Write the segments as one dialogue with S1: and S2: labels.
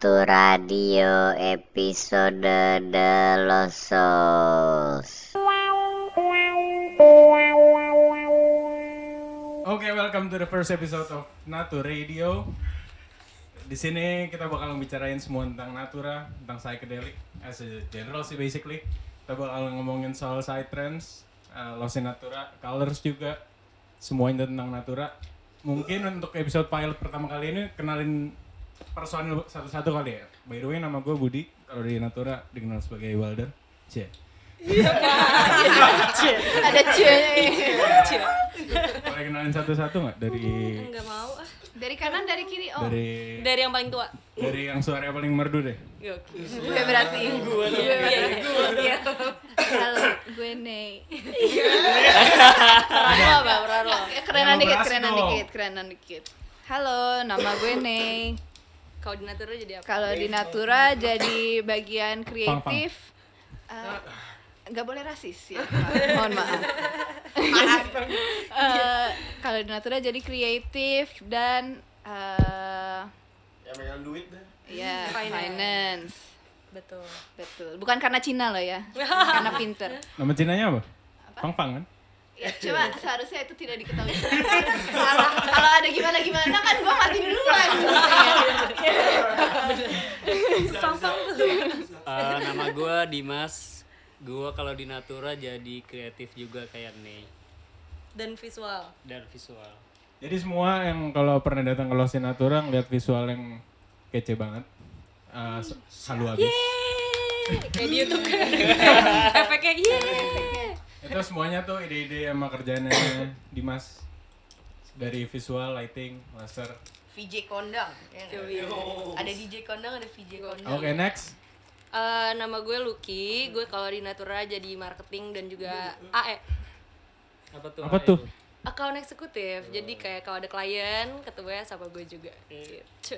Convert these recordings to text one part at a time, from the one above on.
S1: Naturadio episode de los Sos.
S2: Oke, welcome to the first episode of Natu Radio. Di sini kita bakal ngebicarain semua tentang natura, tentang psychedelic, as a general sih basically. Kita bakal ngomongin soal side trends, uh, loss in natura, colors juga, semuanya tentang natura. Mungkin untuk episode pilot pertama kali ini kenalin personil satu-satu kali ya. By the way, nama gue Budi, kalau di natura dikenal sebagai Wilder. Cie.
S3: ada ceweknya
S2: Boleh kenalin satu-satu nggak dari
S3: nggak mau ah.
S4: Dari kanan, dari kiri, oh.
S2: dari
S3: dari yang paling tua
S2: dari yang suaranya paling merdu deh?
S4: Gue berarti. Gue
S3: iya iya
S4: Halo, gue Ney.
S3: peran lo apa peran lo
S4: Ya, kerenan
S2: Yang
S4: dikit,
S2: operasi
S4: kerenan
S2: dong.
S4: dikit, kerenan dikit. Halo, nama gue Ney.
S3: koordinator lo jadi apa
S4: Kalau di Natura jadi bagian
S2: Pang, pang.
S4: kreatif. eh, nggak boleh rasis ya, maaf. mohon maaf. Eh, Kalau di Natura jadi kreatif dan eh,
S5: yang megang duit dah
S4: ya
S3: Finance.
S4: finance.
S3: betul
S4: Betul. Bukan karena Cina loh ya, karena pinter.
S2: Nama cinanya apa? Pang Pang kan?
S4: Ya, coba seharusnya itu tidak diketahui. Kalau kalau ada gimana-gimana kan gua mati duluan.
S6: Eh, nama gue Dimas gue kalau di Natura jadi kreatif juga kayak Ney
S3: dan visual
S6: dan visual
S2: Jadi semua yang kalau pernah datang ke Los Natura ngeliat visual yang kece banget. Eh, s- halu abis.
S3: kayak di YouTube kan efeknya yeah
S2: Itu semuanya tuh ide-ide sama kerjaannya Dimas dari visual, lighting, laser.
S7: VJ kondang ya nggak?
S3: Iya.
S7: ada DJ kondang ada VJ kondang
S2: Oke, next.
S3: Eh, nama gue Lucky, gue kalau di Natura jadi marketing dan juga AE,
S6: apa tuh
S2: Apa tuh?
S3: account eksekutif. Jadi kayak kalau ada klien, ketemunya sama gue juga. Gitu.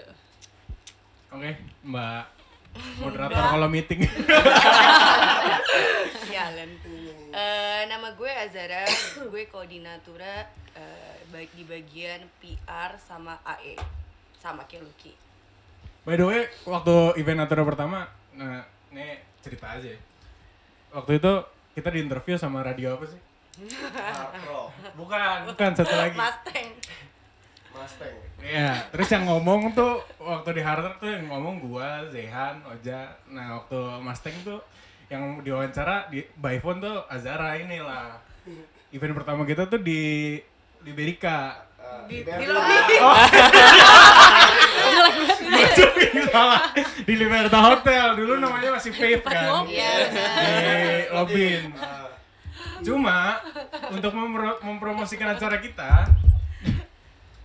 S2: Oke, Mbak moderator kalau meeting.
S3: Iya,
S7: sialan Eh, nama gue Azara gue koordinatura eh, baik di bagian PR sama AE sama kayak Lucky
S2: By the way, waktu event Natura pertama, nah, ini cerita aja. ya. Waktu itu kita diinterview sama radio apa sih?
S5: makro
S2: Bukan, bukan satu lagi.
S7: Mustang
S5: mustang
S2: Iya, terus yang ngomong tuh waktu di Harter tuh yang ngomong gua, Zehan, Oja. Nah, waktu Mustang tuh yang diwawancara di by phone tuh Azara inilah. Event pertama kita tuh di di Berika.
S5: Eh,
S7: di,
S5: Berlin.
S7: di lobby
S2: Salah, di Liberta Hotel. Dulu namanya masih Vape kan.
S3: Lobby.
S7: Iya,
S2: Di Lobin.
S5: Eh,
S2: Cuma untuk mempro- mempromosikan acara kita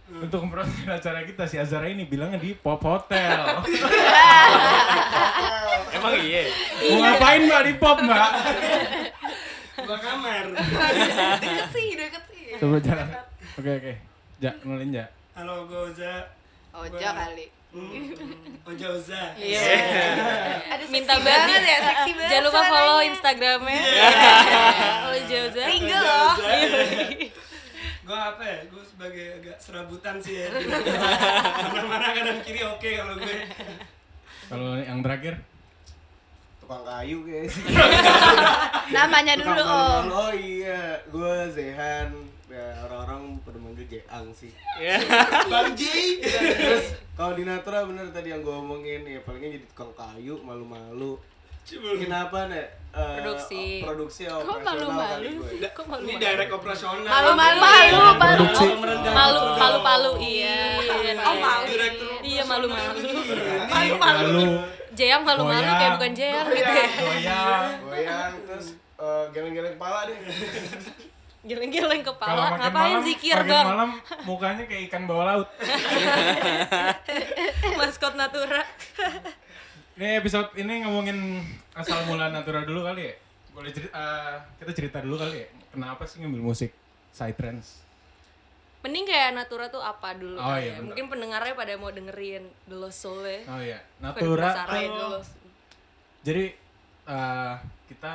S2: untuk mempromosikan acara kita si Azara ini bilangnya di Pop Hotel.
S6: emang iya
S2: Mau ngapain mbak di pop mbak?
S6: gua kamar
S7: deket sih deket sih
S2: Coba jalan. Oke oke. Ja, nulin ja.
S8: Halo Goza,
S4: Ojo kali.
S8: Ojoza.
S3: Iya.
S7: ada seksi
S3: Minta banget ya,
S7: seksi banget
S3: Jangan lupa follow
S7: suaranya.
S3: Instagramnya.
S7: Iya.
S3: Oh Joza.
S7: single loh
S3: Iya.
S8: Gue apa ya? Gue sebagai agak serabutan sih ya. Mana-mana kanan kiri oke kalau gue.
S2: Kalau yang terakhir,
S5: tukang kayu guys
S4: Namanya
S5: Tukang
S4: Kan dulu Om.
S5: manual. oh iya gue Zehan ya orang-orang pada manggil Jeang sih
S6: Iya.
S8: Bang Ji.
S5: terus kalau di Natura bener tadi yang gue omongin ya palingnya jadi tukang kayu malu-malu kenapa nih
S3: Produksi.
S5: produksi ya, operasional kali gue
S3: Kok malu?
S8: Ini direct operasional.
S3: Malu-malu.
S4: Malu,
S2: produksi.
S3: Malu malu palu iya.
S7: oh mau
S8: Direktur.
S3: Iya malu-malu.
S2: malu,
S3: Jeyang malu-malu
S2: Goyang.
S3: kayak bukan Jeyang gitu ya.
S2: goyang.
S5: goyang terus eh, geleng-geleng kepala deh
S3: Geleng-geleng
S2: Kalau
S3: kepala.
S2: makin
S3: Ngapain
S2: malam,
S3: zikir
S2: makin
S3: dong?
S2: malam mukanya kayak ikan bawah laut.
S3: Maskot Natura.
S2: Ini episode ini ngomongin asal mula natura dulu kali ya. Boleh cerita, kita cerita dulu kali ya. Kenapa sih ngambil musik side trends?
S3: Mending kayak Natura tuh apa dulu?
S2: Oh,
S3: kali
S2: iya,
S3: ya.
S2: bener.
S3: Mungkin pendengarnya pada mau dengerin The Lost Soul ya.
S2: Oh iya,
S3: Pada
S2: natura.
S3: penasaran
S2: tuh-
S3: The Lost-
S2: Jadi eh, kita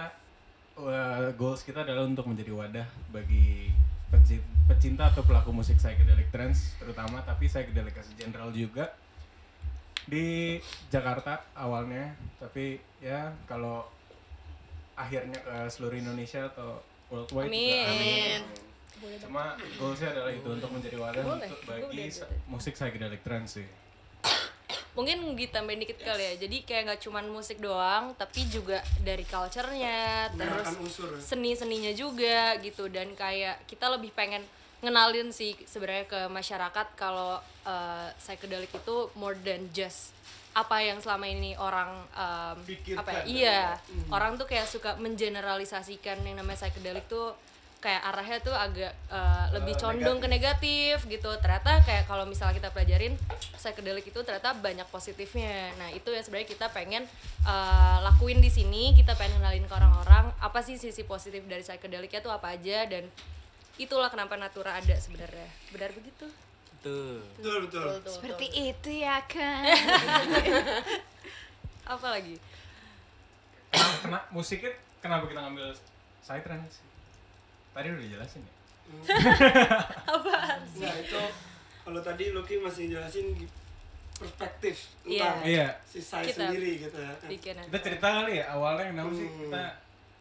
S2: eh, goals kita adalah untuk menjadi wadah bagi peci- pecinta atau pelaku musik psychedelic trance terutama tapi psychedelic as a general juga di Jakarta awalnya, tapi ya kalau akhirnya ke seluruh Indonesia atau worldwide juga
S3: Amin.
S2: Cuma goalsnya adalah itu untuk menjadi wadah untuk bagi sa- musik psychedelic trance sih.
S3: mungkin ditambahin dikit kali ya jadi kayak nggak cuman musik doang tapi juga dari culture-nya terus
S8: Menggunakan unsur ya.
S3: seni-seninya juga gitu dan kayak kita lebih pengen ngenalin sih sebenarnya ke masyarakat kalau eh, psychedelic itu more than just apa yang selama ini orang em, apa ya, iya orang tuh kayak suka mengeneralisasikan yang namanya psychedelic tuh kayak arahnya tuh agak eh, lebih condong ke negatif gitu ternyata kayak kalau misalnya kita pelajarin psychedelic itu ternyata banyak positifnya nah itu yang sebenarnya kita pengen eh, lakuin di sini kita pengen kenalin ke orang-orang apa sih sisi positif dari psychedelicnya tuh apa aja dan itulah kenapa natura ada sebenarnya benar begitu
S6: Tuh.
S8: Betul, betul.
S4: Seperti itu ya kan.
S3: apa lagi
S2: Kenapa, kena, musiknya kenapa kita ngambil psytrance? Tadi udah dijelasin ya.
S8: Nah, itu kalau tadi Lucky masih jelasin gi- perspektif
S3: Iya.
S8: tentang
S2: Iya,
S8: si saya
S3: Kita-
S8: sendiri gitu ya. kan.
S3: bikin
S2: kita cerita kali ya awalnya kenapa sih
S8: Hmm.
S2: kita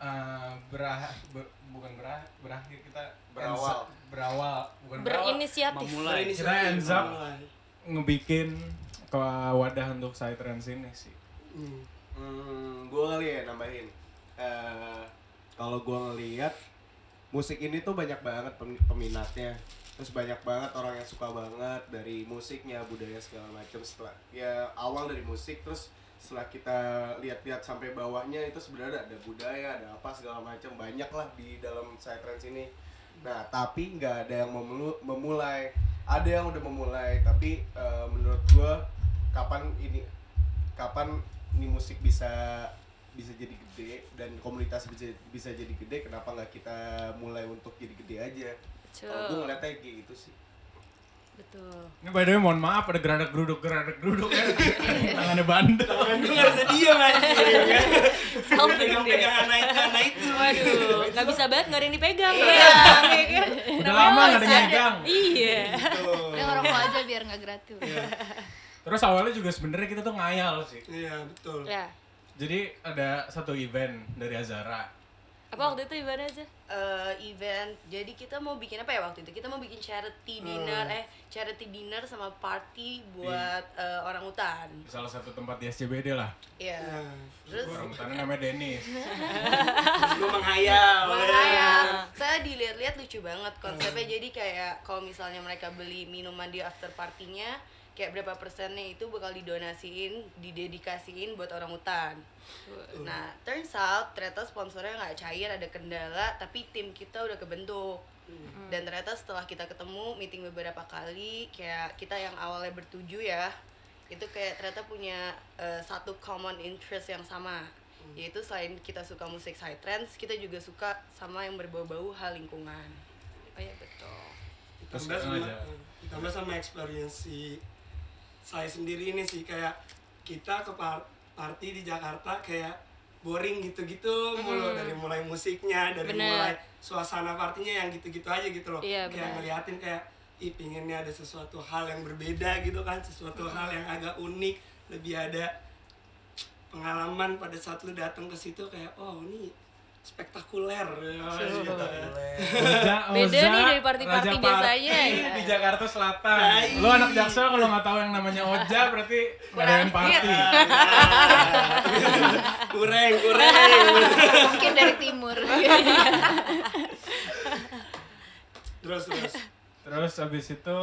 S2: eh, berah ber- bukan berah berakhir kita
S5: Berawal.
S2: ends up- berawal bukan berawal
S3: berinisiatif
S6: Memulai.
S8: Ini
S2: Kita
S8: saya
S2: ends up.
S8: mulai.
S2: ngebikin ke wadah untuk psytrance ini sih.
S8: Hmm.
S5: Hmm, gue kali ya nambahin. Eh, kalau gue ngeliat musik ini tuh banyak banget pem- peminatnya. Terus banyak banget orang yang suka banget dari musiknya, budaya segala macam. Setelah ya awal dari musik, terus setelah kita lihat-lihat sampai bawahnya itu sebenarnya ada budaya, ada apa segala macam banyak lah di dalam psytrance ini. Nah, tapi nggak ada yang memelu- memulai. Ada yang udah memulai, tapi eh, menurut gue kapan ini kapan ini musik bisa bisa jadi gede dan komunitas bisa bisa jadi gede kenapa nggak kita mulai untuk jadi gede aja kalau gue ngeliatnya kayak gitu sih
S3: betul
S2: Ini by the way mohon maaf ada geradak geruduk geradak geruduk ya. Tangannya bandel.
S8: Tangan gue gak bisa diem anjir ya.
S3: Selfie
S8: pegang anak-anak itu.
S3: Waduh, nggak bisa banget nggak ada yang dipegang.
S2: Udah lama gak ada yang megang.
S3: Iya.
S4: Udah orang mau aja biar nggak gratis.
S2: Terus awalnya juga sebenarnya kita tuh ngayal sih.
S8: Iya, betul.
S3: Ya.
S2: Jadi ada satu event dari Azara.
S3: Apa waktu itu ibadah aja?
S7: eh, event jadi kita mau bikin apa ya waktu itu kita mau bikin charity dinner eh charity dinner sama party buat eh, orang hutan
S2: Salah satu tempat di SCBD lah.
S7: ya
S8: Nah,
S7: terus
S2: Orang hutannya namanya Denis.
S8: terus gue menghayal.
S7: Wah, saya saya dilihat-lihat lucu banget konsepnya jadi kayak kalau misalnya mereka beli minuman di after partinya kayak berapa persennya itu bakal didonasiin didedikasiin buat orang hutan nah turns out ternyata sponsornya nggak cair ada kendala tapi tim kita udah kebentuk dan ternyata setelah kita ketemu meeting beberapa kali kayak kita yang awalnya bertuju ya itu kayak ternyata punya eh, satu common interest yang sama yaitu selain kita suka musik psytrance kita juga suka sama yang berbau-bau hal lingkungan
S3: Oh iya betul.
S8: Ditambah
S2: Terus
S8: sama,
S2: aja.
S8: ditambah sama experience si saya sendiri ini sih kayak kita ke par- party di Jakarta kayak boring gitu-gitu mulu dari mulai musiknya dari
S3: Hmm. Bener.
S8: mulai suasana partinya yang gitu-gitu aja gitu loh
S3: Iya,
S8: kayak
S3: bener.
S8: ngeliatin kayak ih pinginnya ada sesuatu hal yang berbeda gitu kan sesuatu
S3: Hmm.
S8: hal yang agak unik lebih ada pengalaman pada saat lu datang ke situ kayak oh ini spektakuler ya, gitu kan.
S2: Oza,
S3: Beda
S2: Oza,
S3: nih dari party-party
S2: Raja
S3: biasanya ya.
S2: Iya, di Jakarta Selatan.
S8: Hai.
S2: Lo anak Jaksel kalau nggak tahu yang namanya Oja berarti ngadain party.
S8: kureng kureng
S4: Mungkin dari timur.
S8: terus terus
S2: Terus abis itu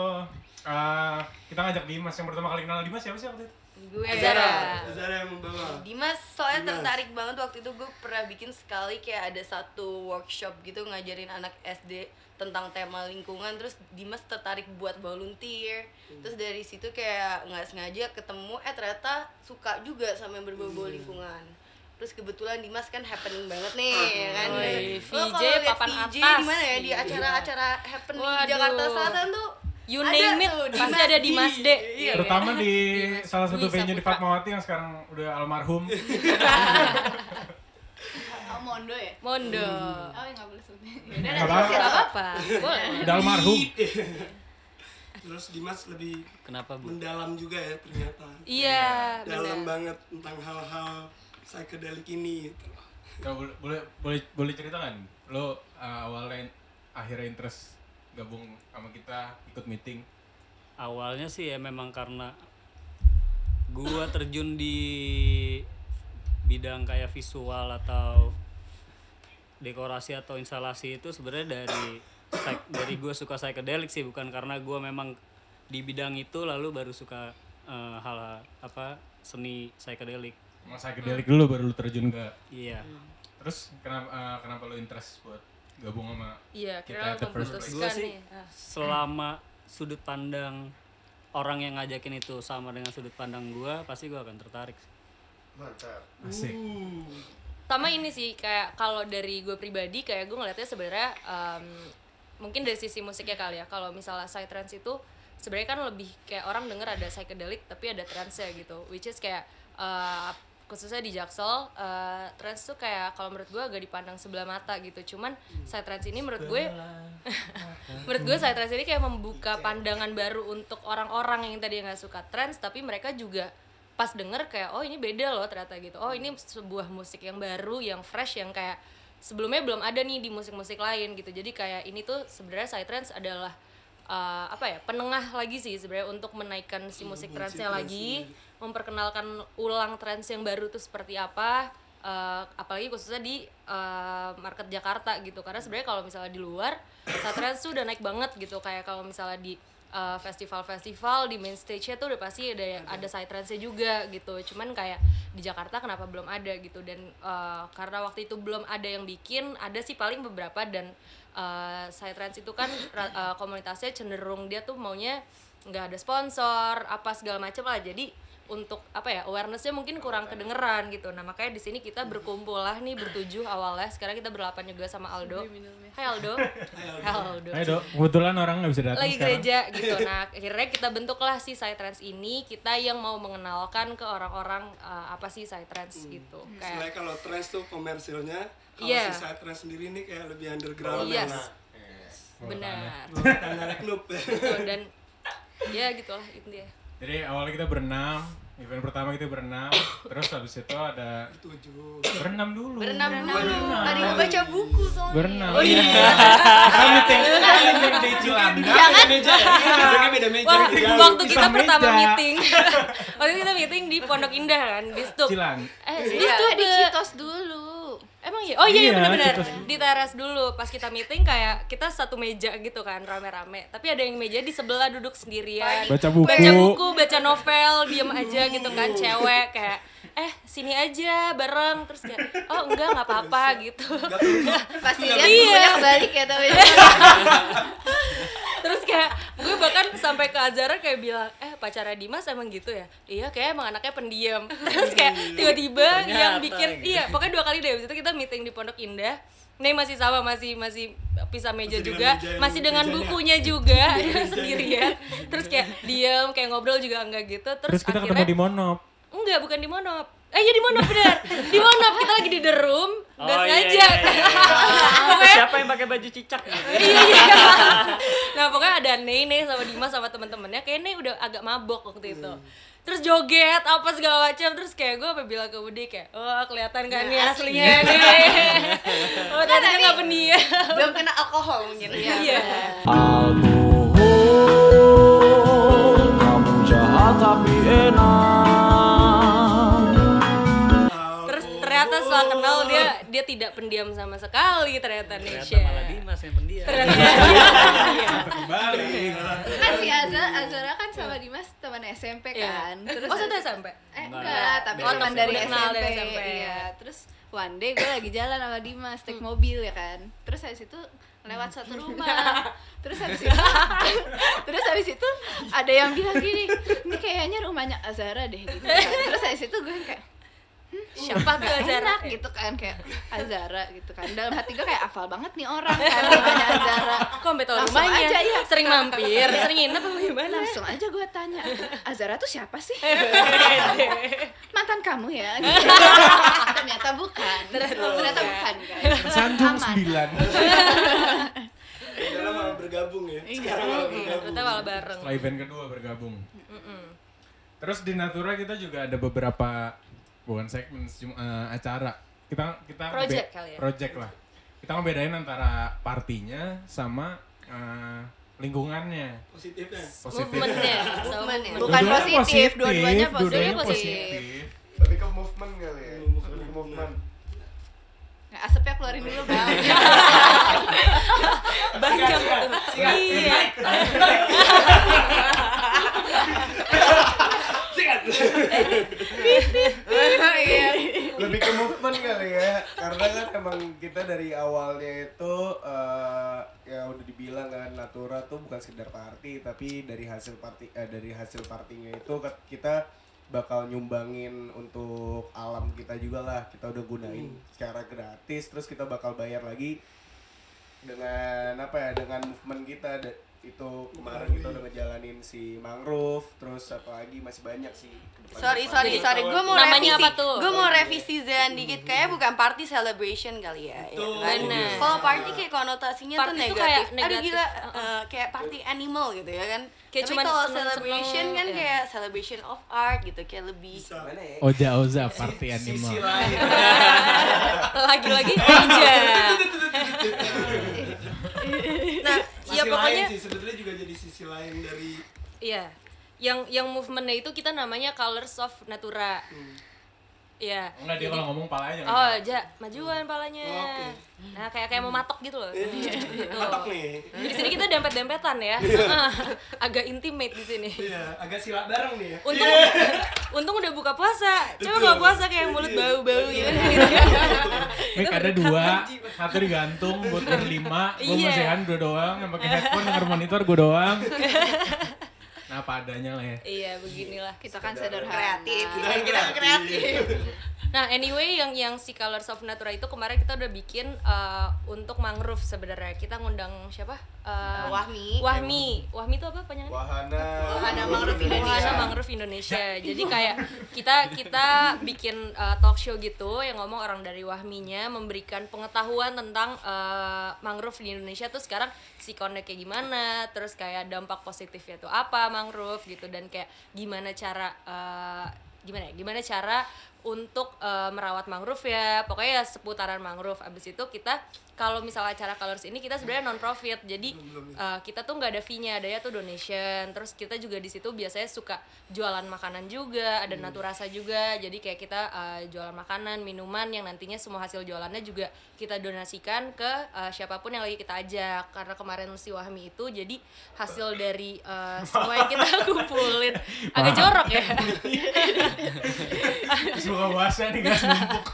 S2: eh, kita ngajak Dimas yang pertama kali kenal Dimas siapa sih waktu itu?
S3: Iya,
S7: gue
S3: Azara.
S8: Zara yang membawa
S7: Dimas soalnya
S8: Dimas.
S7: tertarik banget waktu itu gue pernah bikin sekali kayak ada satu workshop gitu ngajarin anak SD tentang tema lingkungan terus Dimas tertarik buat volunteer
S3: Hmm.
S7: terus dari situ kayak nggak sengaja ketemu eh ternyata suka juga sama yang
S3: Hmm.
S7: berbau-bau lingkungan terus kebetulan Dimas kan happening banget nih ya kan
S3: Ah. Woi,
S7: Lo
S3: VJ
S7: kalau liat
S3: papan atas.
S7: VJ di mana ya di
S3: Iya.
S7: acara-acara happening
S3: Waduh.
S7: di Jakarta Selatan tuh
S3: You
S7: ada
S3: name it,
S7: tuh,
S3: pasti ada di Mas D. Iya.
S2: Terutama di
S3: Dimas
S2: salah satu
S3: Dwi
S2: venue di
S3: Saputra.
S2: Fatmawati yang sekarang udah almarhum.
S4: Oh, Mondo ya?
S3: Mondo.
S4: Oh, ya nggak boleh sebutin. Yaudah,
S2: Nggak apa-apa.
S4: nanti kasih
S3: Gak
S4: apa?
S3: apa-apa. Boleh.
S2: Udah almarhum.
S8: Beep. Terus Dimas lebih
S6: Kenapa bu?
S8: mendalam juga ya ternyata.
S3: Iya, benar.
S8: Dalam banget tentang hal-hal psychedelic ini gitu.
S2: Kau boleh boleh boleh, boleh cerita kan? Lo uh, awalnya akhirnya interest gabung sama kita ikut meeting.
S6: Awalnya sih ya memang karena gua terjun di bidang kayak visual atau dekorasi atau instalasi itu sebenarnya dari psych- dari gua suka psychedelic sih bukan karena gua memang di bidang itu lalu baru suka eh, hal apa seni psychedelic.
S2: Emang psychedelic dulu baru lo terjun ke.
S6: Iya.
S2: Terus kenapa uh, kenapa lo interest buat gabung sama
S3: Iya,
S2: Kita
S3: kira
S2: at the first
S3: memutuskan
S6: place.
S3: nih. Ah.
S6: selama sudut pandang orang yang ngajakin itu sama dengan sudut pandang gua pasti gua akan tertarik
S5: Mantap.
S2: asik?
S3: Pertama ini sih kayak kalau dari gue pribadi kayak gue ngeliatnya sebenarnya em, mungkin dari sisi musiknya kali ya. Kalau misalnya psytrance itu sebenarnya kan lebih kayak orang denger ada psychedelic tapi ada trance ya gitu. Which is kayak eh, khususnya di Jaksel eh, trance tuh kayak kalau menurut gue agak dipandang sebelah mata gitu. Cuman psytrance ini menurut gue menurut gue psytrance ini kayak membuka pandangan baru untuk orang-orang yang tadi nggak suka trance tapi mereka juga pas denger kayak oh ini beda loh ternyata gitu oh ini sebuah musik yang baru yang fresh yang kayak sebelumnya belum ada nih di musik-musik lain gitu jadi kayak ini tuh sebenarnya psytrance adalah eh, apa ya penengah lagi sih sebenarnya untuk menaikkan Hmm, si musik trance-nya lagi memperkenalkan ulang trance yang baru tuh seperti apa eh, apalagi khususnya di eh, market Jakarta gitu karena sebenarnya kalau misalnya di luar trance tuh udah naik banget gitu kayak kalau misalnya di uh, festival-festival di main stage-nya tuh udah pasti ada ada side trance-nya juga gitu. Cuman kayak di Jakarta kenapa belum ada gitu dan uh, karena waktu itu belum ada yang bikin, ada sih paling beberapa dan uh, side trance itu kan ra- uh, komunitasnya cenderung dia tuh maunya nggak ada sponsor, apa segala macam lah. Jadi untuk apa ya awarenessnya mungkin kurang kedengeran gitu. Nah makanya di sini kita berkumpul lah nih bertujuh awalnya. Sekarang kita berlapan juga sama Aldo. Hai Aldo. Hai Aldo
S2: Hai dok, kebetulan orang nggak bisa datang
S3: lagi
S2: sekarang.
S3: gereja gitu nah akhirnya kita bentuklah si psytrance ini kita yang mau mengenalkan ke orang-orang uh, apa sih psytrance
S2: Hmm.
S3: gitu
S8: Sebenarnya
S3: kayak
S8: kalau trans tuh komersilnya, kalau
S3: Iya. Oh,
S8: si trans sendiri ini kayak lebih underground.
S3: yes
S2: Nah, eh, Bawah tanah.
S3: benar
S8: Tanah klub.
S3: Gitu, dan ya gitulah intinya
S2: Jadi awalnya kita berenam, event pertama kita berenam, terus habis itu ada
S8: Tujuh.
S2: berenam dulu.
S4: Berenam dulu. Tadi mau baca buku soalnya.
S2: Berenam. Oh iya. Kita meeting lain yang di Juanda.
S8: Beda meja ya? Duduknya beda meja.
S3: Wah,
S8: gitu.
S3: waktu kita
S2: Bisa
S3: pertama
S2: meja.
S3: meeting waktu itu kita meeting di Pondok Indah kan di Stup
S2: Cilang.
S3: eh di
S4: Iya,
S3: Stup
S4: di
S3: eh,
S4: Citos dulu.
S3: Emang iya? Oh iya, iya
S2: Iya,
S3: benar-benar
S2: kita dulu.
S3: di teras dulu. Pas kita meeting kayak kita satu meja gitu kan rame-rame. Tapi ada yang meja di sebelah duduk sendirian.
S2: Baca buku.
S3: Baca buku, baca novel, diem aja gitu kan cewek kayak eh sini aja bareng terus kayak oh enggak nggak apa-apa gitu.
S4: Pasti lihat
S3: Iya.
S4: bukunya kebalik ya tapi.
S3: terus kayak gue bahkan sampai ke Azara kayak bilang eh pacarnya Dimas emang gitu ya? Iya kayak emang anaknya pendiam. Terus kayak tiba-tiba
S6: Ternyata
S3: yang bikin
S6: Iya. gitu.
S3: iya pokoknya dua kali deh abis itu kita meeting di Pondok Indah Nih masih sama masih masih pisah meja
S8: Masih dengan
S3: juga
S8: meja yang-
S3: masih dengan
S8: mejanya.
S3: bukunya juga dia sendirian terus kayak diem kayak ngobrol juga enggak gitu
S2: Terus
S3: terus,
S2: kita ketemu
S3: akhirnya
S2: di Monop.
S3: enggak bukan di Monop eh iya di Monop benar di Monop kita lagi di the room nggak
S6: Oh, iya,
S3: sengaja
S6: iya, iya, iya.
S3: Pokoknya-
S6: siapa yang pakai baju cicak gitu ya?
S3: iya iya nah pokoknya ada Nene sama Dimas sama teman-temannya kayak Nene udah agak mabok waktu itu terus joget apa segala macam terus kayak gue apa bilang ke Budi kayak oh kelihatan kan nih aslinya nih oh ternyata dia nggak pendiam
S7: Belum kena alkohol mungkin ya.
S3: iya terus ternyata setelah kenal dia dia tidak pendiam sama sekali ternyata
S6: ternyata
S3: Nesha
S6: malah Iya. Dimas yang pendiam
S3: Iya.
S2: Kembali.
S4: Kan si Azara, Azara kan sama Dimas teman SMP kan. Terus
S3: Iya. oh sudah sampai
S4: Eh
S6: Enggak.
S4: enggak, tapi
S6: Oh,
S4: teman
S6: temen
S4: dari
S3: udah
S4: SMP.
S3: kenal dari SMP.
S4: Iya, terus one day gue lagi jalan sama Dimas
S3: Hmm.
S4: naik mobil ya kan. Terus habis itu lewat satu rumah. Terus habis itu terus habis itu ada yang bilang gini, "Ini kayaknya rumahnya Azara deh." Gitu. kan. Terus habis itu gue kayak
S3: siapa tuh
S4: "Nggak
S3: Azara iya.
S4: enak gitu kan kayak Azara gitu kan dalam hati gue kayak hafal banget nih orang kan rumahnya Azara
S3: kok sampai tahu
S4: Langsung
S3: rumahnya
S4: aja, iya.
S3: sering mampir sering nginep apa gimana
S4: langsung aja gue tanya Azara tuh siapa sih
S3: Pede.
S4: mantan kamu ya gitu. ternyata bukan ternyata, bukan guys
S2: Sanjung
S4: Aman.
S2: sembilan.
S8: Dalam bergabung ya.
S3: Iya.
S8: Sekarang malah bergabung.
S3: Ternyata malah bareng.
S2: Setelah event kedua bergabung. Terus di Natura kita juga ada beberapa bukan segmen cuma eh, acara. Kita kita
S3: Project
S2: be-
S3: kali ya?
S2: Project lah. Kita ngebedain antara partinya sama eh, lingkungannya.
S8: Positifnya.
S2: Positif.
S3: Movementnya, sama
S7: Movement ya?
S3: movement.
S4: Bukan
S2: Dua-duanya
S4: positif, dua-duanya positif.
S2: dua-duanya
S3: positif.
S5: Tapi ke movement kali ya. Lebih ke movement.
S4: Nah, asapnya keluarin dulu bang.
S3: Banyak tuh. Iya.
S4: Iya.
S5: Lebih ke movement kali ya. Karena kan emang kita dari awalnya itu eh, ya udah dibilang kan Natura tuh bukan sekedar party tapi dari hasil party eh, dari hasil partinya itu ke- kita bakal nyumbangin untuk alam kita juga lah kita udah gunain
S7: Hmm.
S5: secara gratis terus kita bakal bayar lagi dengan apa ya dengan movement kita da- itu kemarin kita udah ngejalanin si mangrove terus apa lagi masih banyak sih ke depan-
S7: Sorry,
S5: depan.
S7: sorry, sorry. Gue mau
S3: Namanya
S7: revisi.
S3: apa tuh?
S7: Gue mau revisi Zen dikit. Kayaknya bukan party celebration kali ya. ya
S8: Betul.
S7: kan?
S3: Benar.
S7: Kalau party kayak konotasinya tuh
S3: Party tuh
S7: negatif.
S3: kayak
S7: Aduh
S3: negatif.
S7: gila, eh, kayak party animal gitu ya kan.
S3: Kayak
S7: Tapi
S3: cuman
S7: kalau
S3: seneng-seneng,
S7: celebration kan
S3: ya.
S7: kayak celebration of art gitu, kayak lebih.
S8: Bisa.
S2: Oja Oza party
S8: ya? Sisi
S2: animal.
S8: lain.
S3: Lagi-lagi aja.
S7: Nah,
S8: Masih
S7: ya
S8: lain
S7: pokoknya
S8: sih sebetulnya juga jadi sisi lain dari
S3: Iya. Yang yang movementnya itu kita namanya Colors of Natura. Iya.
S2: Enggak dia kalau ngomong palanya.
S3: Oh, ja, majuan palanya.
S8: Oke.
S3: Nah, kayak kayak mau matok gitu loh. Gitu.
S8: matok nih.
S3: Di sini kita dempet-dempetan ya. Heeh. Agak intimate di sini.
S8: Iya, agak sila bareng nih ya.
S3: Untung untung udah buka puasa. Coba
S8: Betul. Iya.
S3: nggak puasa kayak mulut bau-bau gitu.
S2: Mic ada dua, satu digantung buat berlima, gue
S3: Iya.
S2: masih kan gue doang, yang pakai headphone denger monitor gue doang. Nah padanya lah ya.
S3: Iya, beginilah.
S4: Kita kan sederhana.
S7: kreatif. Kita
S8: Kita
S7: kita kreatif.
S3: Nah, anyway yang yang si Colors of Natura itu kemarin kita udah bikin eh, untuk mangrove sebenarnya. Kita ngundang siapa? Eh,
S7: Wahmi.
S3: Wahmi. Wahmi itu apa panjangannya?
S5: wahana
S7: Wahana mangrove
S3: Kan? Wahana
S7: Indonesia.
S3: Mangrove Indonesia. Jadi kayak kita kita bikin uh, talk show gitu yang ngomong orang dari Wahminya memberikan pengetahuan tentang uh, mangrove di Indonesia tuh sekarang sikonnya kayak gimana, terus kayak dampak positifnya tuh apa mangrove gitu dan kayak gimana cara uh, gimana ya? Gimana cara untuk uh, merawat mangrove ya. Pokoknya ya seputaran mangrove. Abis itu kita kalau misalnya acara Colors ini kita sebenarnya non profit. Jadi Uh, kita tuh nggak ada fee-nya, adanya tuh donation. Terus kita juga di situ biasanya suka jualan makanan juga, ada naturasa juga. Jadi kayak kita uh, jualan makanan, minuman yang nantinya semua hasil jualannya juga kita donasikan ke uh, siapapun yang lagi kita ajak. Karena kemarin si Wahmi itu jadi hasil dari uh, semua yang kita kumpulin agak jorok ya.
S2: Suka bahasa nih guys, numpuk.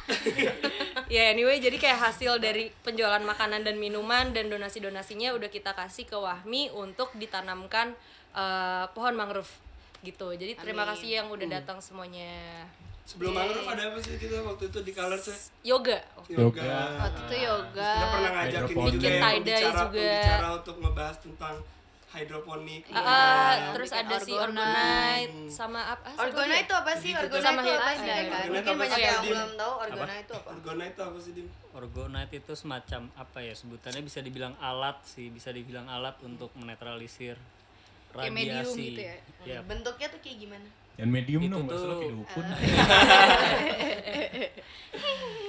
S3: Ya anyway jadi kayak hasil dari penjualan makanan dan minuman dan donasi-donasinya udah kita kasih ke Wahmi untuk ditanamkan eh, pohon mangrove gitu. Jadi terima kasih yang udah
S2: Hmm.
S3: datang semuanya.
S8: Sebelum mangrove ada apa sih kita waktu itu di Colorsnya?
S3: Yoga.
S2: Yoga.
S4: Waktu itu yoga.
S8: Kita pernah ngajakin
S2: Hydroponic.
S8: juga
S3: Bikin
S8: yang
S3: tie-dye
S8: bicara
S3: juga.
S8: pembicara untuk ngebahas tentang hidroponik.
S3: Ah,
S8: Iya.
S3: ah, terus
S4: Bikin
S3: ada si
S2: Hmm.
S4: Orgonite.
S3: Orgonite sama apa? ah, satu
S7: Orgona
S3: lagi.
S7: itu apa sih? Orgona
S3: Sama
S7: itu apa
S3: Hirai
S7: sih?
S4: kan?
S7: Mungkin banyak
S3: Oh, iya.
S7: yang belum tahu Orgona itu apa.
S8: Orgona itu apa sih, Dim?
S6: Orgonite itu semacam apa ya sebutannya bisa dibilang alat sih, bisa dibilang alat untuk menetralisir
S4: Kayak medium
S6: radiasi. Iya.
S4: gitu ya?
S6: Yap.
S7: Bentuknya tuh kayak gimana?
S2: Dan medium
S6: Itu
S2: dong, gak
S6: tuh-
S2: salah kayak dukun.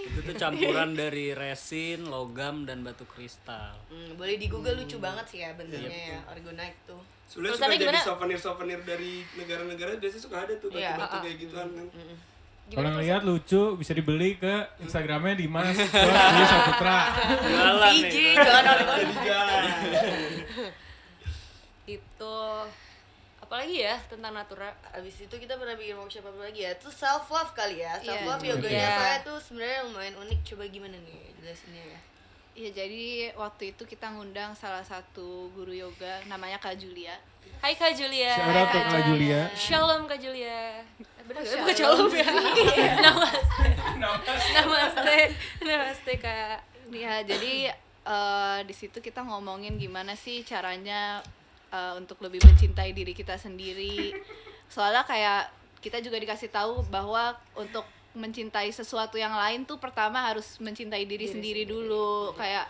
S6: Itu tuh campuran dari resin, logam dan batu kristal.
S7: Hmm, boleh di Google lucu banget sih ya bentuknya ya Orgonite tuh.
S8: Sebenarnya suka
S3: Tulisannya
S8: jadi
S3: gimana?
S8: souvenir-souvenir dari negara-negara biasanya suka ada tuh
S7: Iya,
S3: ah,
S8: batu-batu kayak gituan kan.
S2: Kalau ngeliat lucu, bisa dibeli ke Instagramnya Dimas. Gue Saputra.
S6: Jualan
S7: IG
S6: nih.
S7: jangan
S8: Jadi
S7: Orgona.
S8: jalan.
S3: Itu ya? Gitu. apalagi ya tentang natura.
S7: Abis itu kita pernah bikin workshop apa lagi ya? Itu self love kali ya. Self love
S2: Iya.
S7: yoganya
S3: Iya.
S7: saya tuh sebenarnya lumayan unik. Coba gimana nih jelasinnya ya?
S4: Iya jadi waktu itu kita ngundang salah satu guru yoga namanya Kak Julia.
S3: Hai Kak Julia.
S2: Shout out to Kak
S3: Iya,
S2: Julia.
S3: Shalom Kak Julia. Eh, Bener gak? Bukan shalom ya. Namaste. Namaste. Namaste Kak.
S4: Iya jadi eh, di situ kita ngomongin gimana sih caranya eh, untuk lebih mencintai diri kita sendiri. Soalnya kayak kita juga dikasih tahu bahwa untuk mencintai sesuatu yang lain tuh pertama harus mencintai diri, sendiri, dulu. Kayak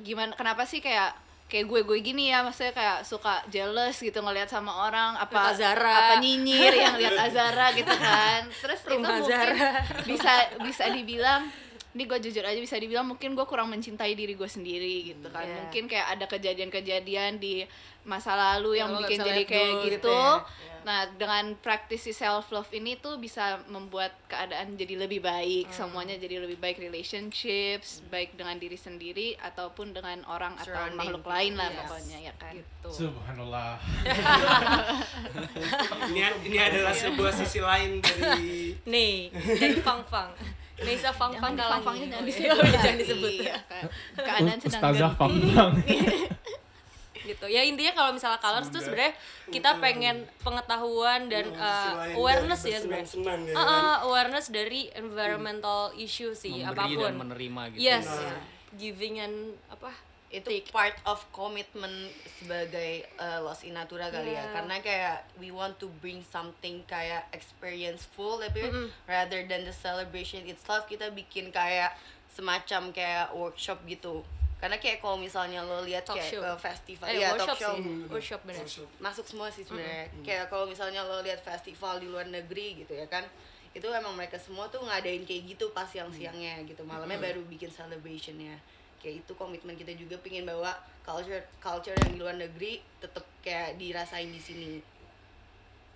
S4: gimana kenapa sih kayak kayak gue gue gini ya maksudnya kayak suka jealous gitu ngelihat sama orang apa
S3: Lihat Azara.
S4: apa nyinyir yang lihat Azara gitu kan terus itu
S3: Rumah
S4: mungkin
S3: Azara.
S4: bisa bisa dibilang ini gue jujur aja bisa dibilang mungkin gue kurang mencintai diri gue sendiri gitu kan
S7: Iya.
S4: mungkin kayak ada kejadian-kejadian di masa lalu
S3: Yang
S4: yang
S3: lo nggak
S4: bikin
S3: bisa
S4: jadi
S3: let
S4: kayak
S3: go
S4: gitu,
S3: gitu ya.
S7: Iya.
S4: nah dengan praktisi self love ini tuh bisa membuat keadaan jadi lebih baik semuanya jadi lebih baik relationships baik dengan diri sendiri ataupun dengan orang atau
S7: Surrounding.
S4: makhluk lain lah
S7: Yes.
S4: pokoknya ya kan
S3: gitu
S2: Subhanallah.
S8: ini ini adalah
S3: Iya.
S8: sebuah sisi lain dari
S3: nih dari Fang Fang Nesa Fang Fang kalah
S4: Jangan dipang-pangin, jangan
S3: disebut
S4: disebut
S3: jangan
S4: lagi,
S3: disebut ya.
S4: ya kan. keadaan sedang
S2: Ustazah
S4: ganti.
S2: Pangdang.
S3: gitu ya intinya kalau misalnya colors tuh sebenarnya kita pengen pengetahuan dan
S8: Oh,
S3: uh,
S8: sisi lain dari
S3: awareness ya sebenarnya
S8: Iya, bersenang-senang ya
S3: Uh,
S8: kan?
S3: uh, awareness dari environmental issue sih
S6: memberi
S3: apapun
S6: dan menerima gitu
S3: yes
S8: Nah.
S3: giving and apa
S7: itu part of commitment sebagai uh, loss in natura kali
S3: Yeah.
S7: ya karena kayak we want to bring something kayak experience full tapi rather than the celebration itself kita bikin kayak semacam kayak workshop gitu karena kayak kalau misalnya lo lihat
S3: Talk
S7: kayak
S3: show.
S7: uh, festival
S3: eh,
S7: ya
S3: workshop
S7: talk show
S3: sih workshop bener
S8: Workshop.
S7: masuk semua sih sebenarnya kayak kalau misalnya lo lihat festival di luar negeri gitu ya kan itu emang mereka semua tuh ngadain kayak gitu pas siang siangnya gitu malamnya baru bikin celebrationnya kayak itu komitmen kita juga pengen bawa culture culture yang di luar negeri tetap kayak dirasain di sini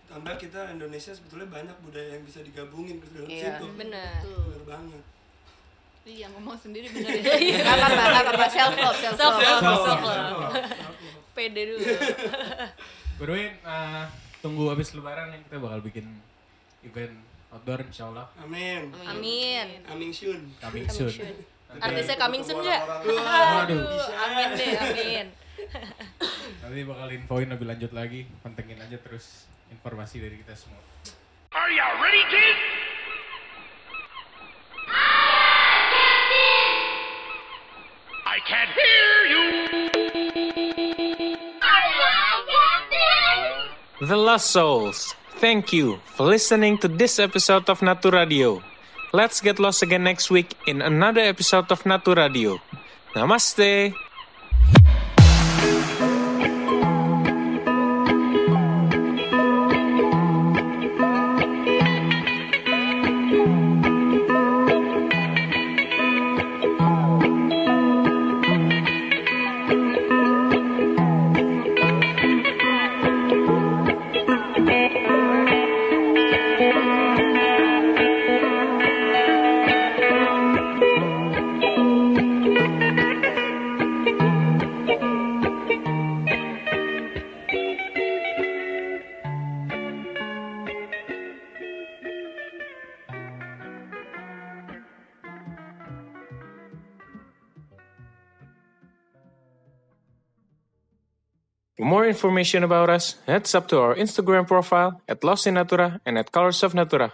S8: tambah kita Indonesia sebetulnya banyak budaya yang bisa digabungin ke dalam
S7: Iya.
S8: situ
S3: bener
S8: bener banget
S4: iya ngomong sendiri bener ya Nggak apa-apa nggak apa-apa self love self
S3: Self
S4: love
S3: love,
S2: Self
S3: self
S2: love,
S3: love.
S2: self
S8: Iya.
S2: love.
S3: pede dulu
S2: By the way, uh, tunggu habis lebaran nih kita bakal bikin event outdoor insya Allah.
S8: amin
S3: amin
S8: amin Shun
S2: Coming soon.
S3: soon.
S2: Nanti-
S3: artisnya coming soon nggak
S2: Waduh.
S3: amin deh amin
S2: Nanti bakal infoin lebih lanjut lagi. Pantengin aja terus informasi dari kita semua.
S9: I can't hear you.
S10: The Lost Souls. Thank you for listening to this episode of Natu Radio. Let's get lost again next week in another episode of Natu Radio. Namaste. For more information about us, heads up to our Instagram profile at Lost in Natura and at Colors of Natura.